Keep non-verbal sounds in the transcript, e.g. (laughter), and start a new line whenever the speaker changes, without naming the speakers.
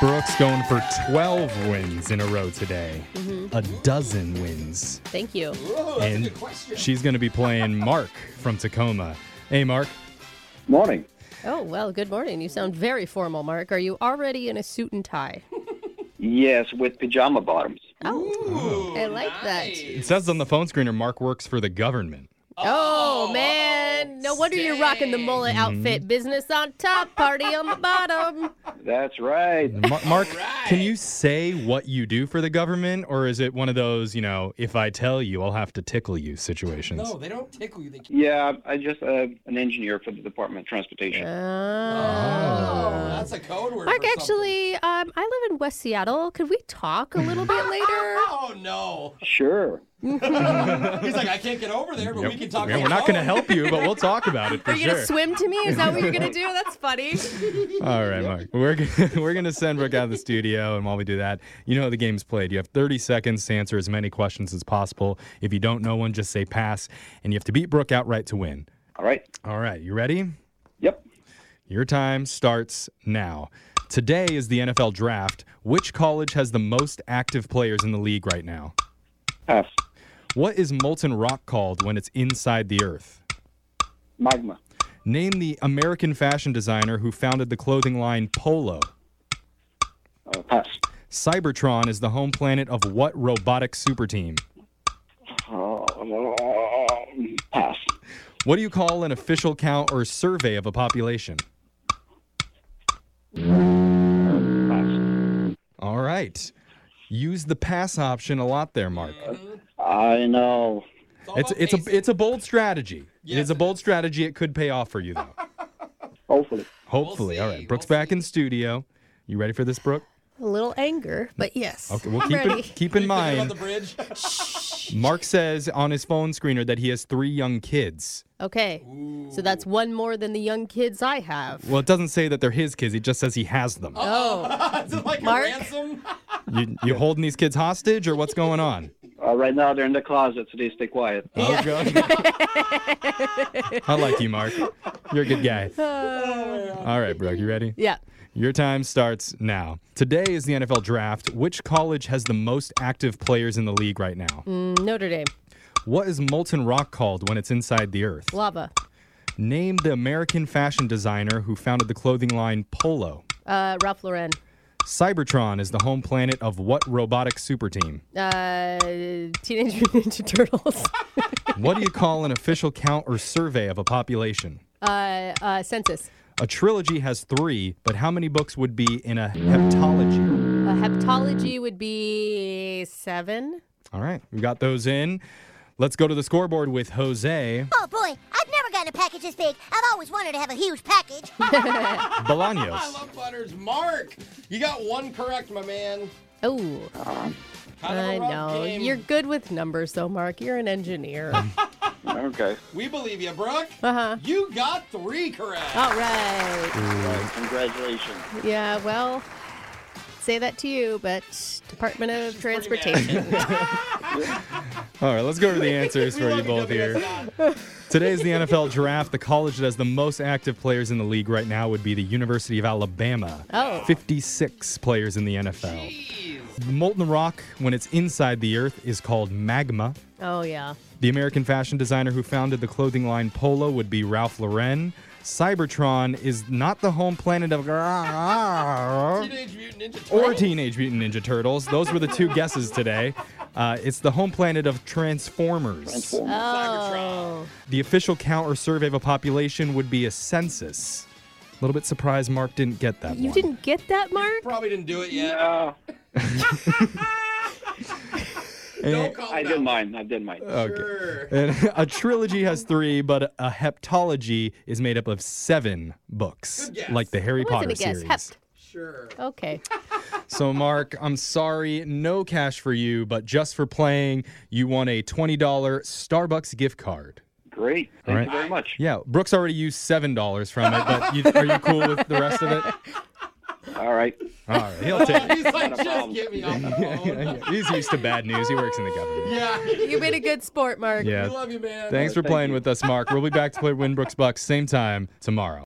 Brooks going for 12 wins in a row today,
Mm-hmm.
a dozen wins.
Thank you.
and she's going to be playing Mark from Tacoma. Hey, Mark.
Morning.
Oh, well, good morning. You sound very formal, Mark. Are you already in a suit and tie?
Yes, with pajama bottoms.
Oh, I like that.
It says on the phone screener Mark works for the government.
Oh, man. No wonder you're rocking the mullet outfit. Business on top, party on the bottom.
That's right.
(laughs)
Mar- Mark, can you say what you do for the government, or is it one of those, you know, if I tell you, I'll have to tickle you situations?
No, Oh, they don't tickle you. They keep...
Yeah, I just uh, an engineer for the Department of Transportation.
Oh, that's a code word.
Uh, Mark,
for something.
actually, um, I live in West Seattle. Could we talk a little bit later?
Oh no!
Sure.
He's like, I can't get over there, but we can talk.
Yeah,
on
we're
the
not going to
phone."
help you, but we'll talk about
(laughs)
it for
Are you
sure.
going to swim to me? Is that what you're going to do? That's funny.
All right, Mark. We're gonna, (laughs) we're gonna send Brooke out of the studio, and while we do that, you know how the game's played. You have 30 seconds to answer as many questions as possible. If you don't know one, just say pass, and you have to beat Brooke outright to win.
All right.
All right, you ready?
Yep.
Your time starts now. Today is the NFL draft. Which college has the most active players in the league right now?
Pass.
What is molten rock called when it's inside the earth?
Magma.
Name the American fashion designer who founded the clothing line Polo.
Uh, pass.
Cybertron is the home planet of what robotic super team?
Oh, pass.
What do you call an official count or survey of a population?
Pass.
All right. Use the pass option a lot there, Mark.
I know.
all
It's
about
it's a
pacing.
it's a bold strategy. it is a bold strategy. It could pay off for you though.
Hopefully.
Hopefully. All
see,
right.
(laughs)
Brooke's
we'll
back in studio. You ready for this, Brooke?
A little anger, but yes.
Okay. Well,
I'm
keep
ready.
in, keep in
Thinking about
mind.
the bridge. (laughs)
Mark says on his phone screener that he has three young kids.
Okay. So that's one more than the young kids I have.
Well, it doesn't say that they're his kids. It just says he has them.
Oh,
Is it like
Mark?
a ransom?
You, you holding these kids hostage, or what's going on?
Uh, right now they're in the closet, so they stay quiet.
Oh, (laughs) God. I like you, Mark. You're a good (laughs) guy. All right, Brooke, you ready?
yeah.
Your time starts now. Today is the NFL draft. Which college has the most active players in the league right now?
Mm, Notre Dame.
What is molten rock called when it's inside the earth?
Lava.
Name the American fashion designer who founded the clothing line Polo.
Uh, Ralph Lauren.
Cybertron is the home planet of what robotic super (laughs) team?
Uh, Teenage (laughs) Mutant Ninja Turtles.
What do you call an official count or survey of a population?
uh, uh, census.
A trilogy has three, but how many books would be in a heptology?
Uh, heptology would be seven.
All right, we got those in. Let's go to the scoreboard with Jose
Oh boy, I've never gotten a package this big. I've always wanted to have a huge package.
I (laughs)
Bolaños.
love butters. Mark, you got one correct, my man.
Oh,
Kind of a
I
rough
know.
game.
You're good with numbers, though, Mark. You're
(laughs)
an engineer.
Okay.
We believe you, Brooke.
Uh-huh. Oh.
You got three correct.
All right.
Congratulations.
Yeah, well, say that to you, but Department of
Pretty (laughs)
Transportation.
mad.
All right, let's go to the answers
We
for
love
you both here.
WSI.
Today's the NFL draft. The college that has the most active players in the league right now would be the University of Alabama.
Oh.
56 players in the NFL. Molten rock, when it's inside the earth, is called magma.
Oh, yeah.
The American fashion designer who founded the clothing line Polo would be Ralph Lauren. Cybertron is not the home planet of
Teenage Mutant Ninja Turtles.
or Teenage Mutant Ninja Turtles. Those were the two guesses today. Uh, it's the home planet of Transformers.
Transform.
Oh.
The official count or survey of a population would be a census. A little bit surprised Mark didn't get that
You
one.
didn't get that, Mark?
Probably didn't do it yet.
Uh,
No
And,
call
I did mine. I did mine.
Uh,
Sure.
and Eh, a trilogy has three, but a heptology is made up of seven books,
Good guess.
like the Harry
I
Potter
wasn't a guess.
series.
Hept.
Sure.
Okay.
So, Mark, I'm sorry, no cash for you, but just for playing, you won a $20 Starbucks gift card.
Great.
All
Thank
right.
you very much.
Yeah, Brooks already used $7 from it, but you, are you cool with the rest of it?
All right.
All right, he'll take
(laughs)
it.
He's like, just
problem.
get me (laughs) off the phone.
He's used to bad news. He works in the
(laughs)
government.
Yeah.
You've been a good sport, Mark.
Yeah.
We love you, man.
Thanks for
Thank
playing
you.
with us, Mark. We'll be back to play Winbrooks Bucks same time tomorrow.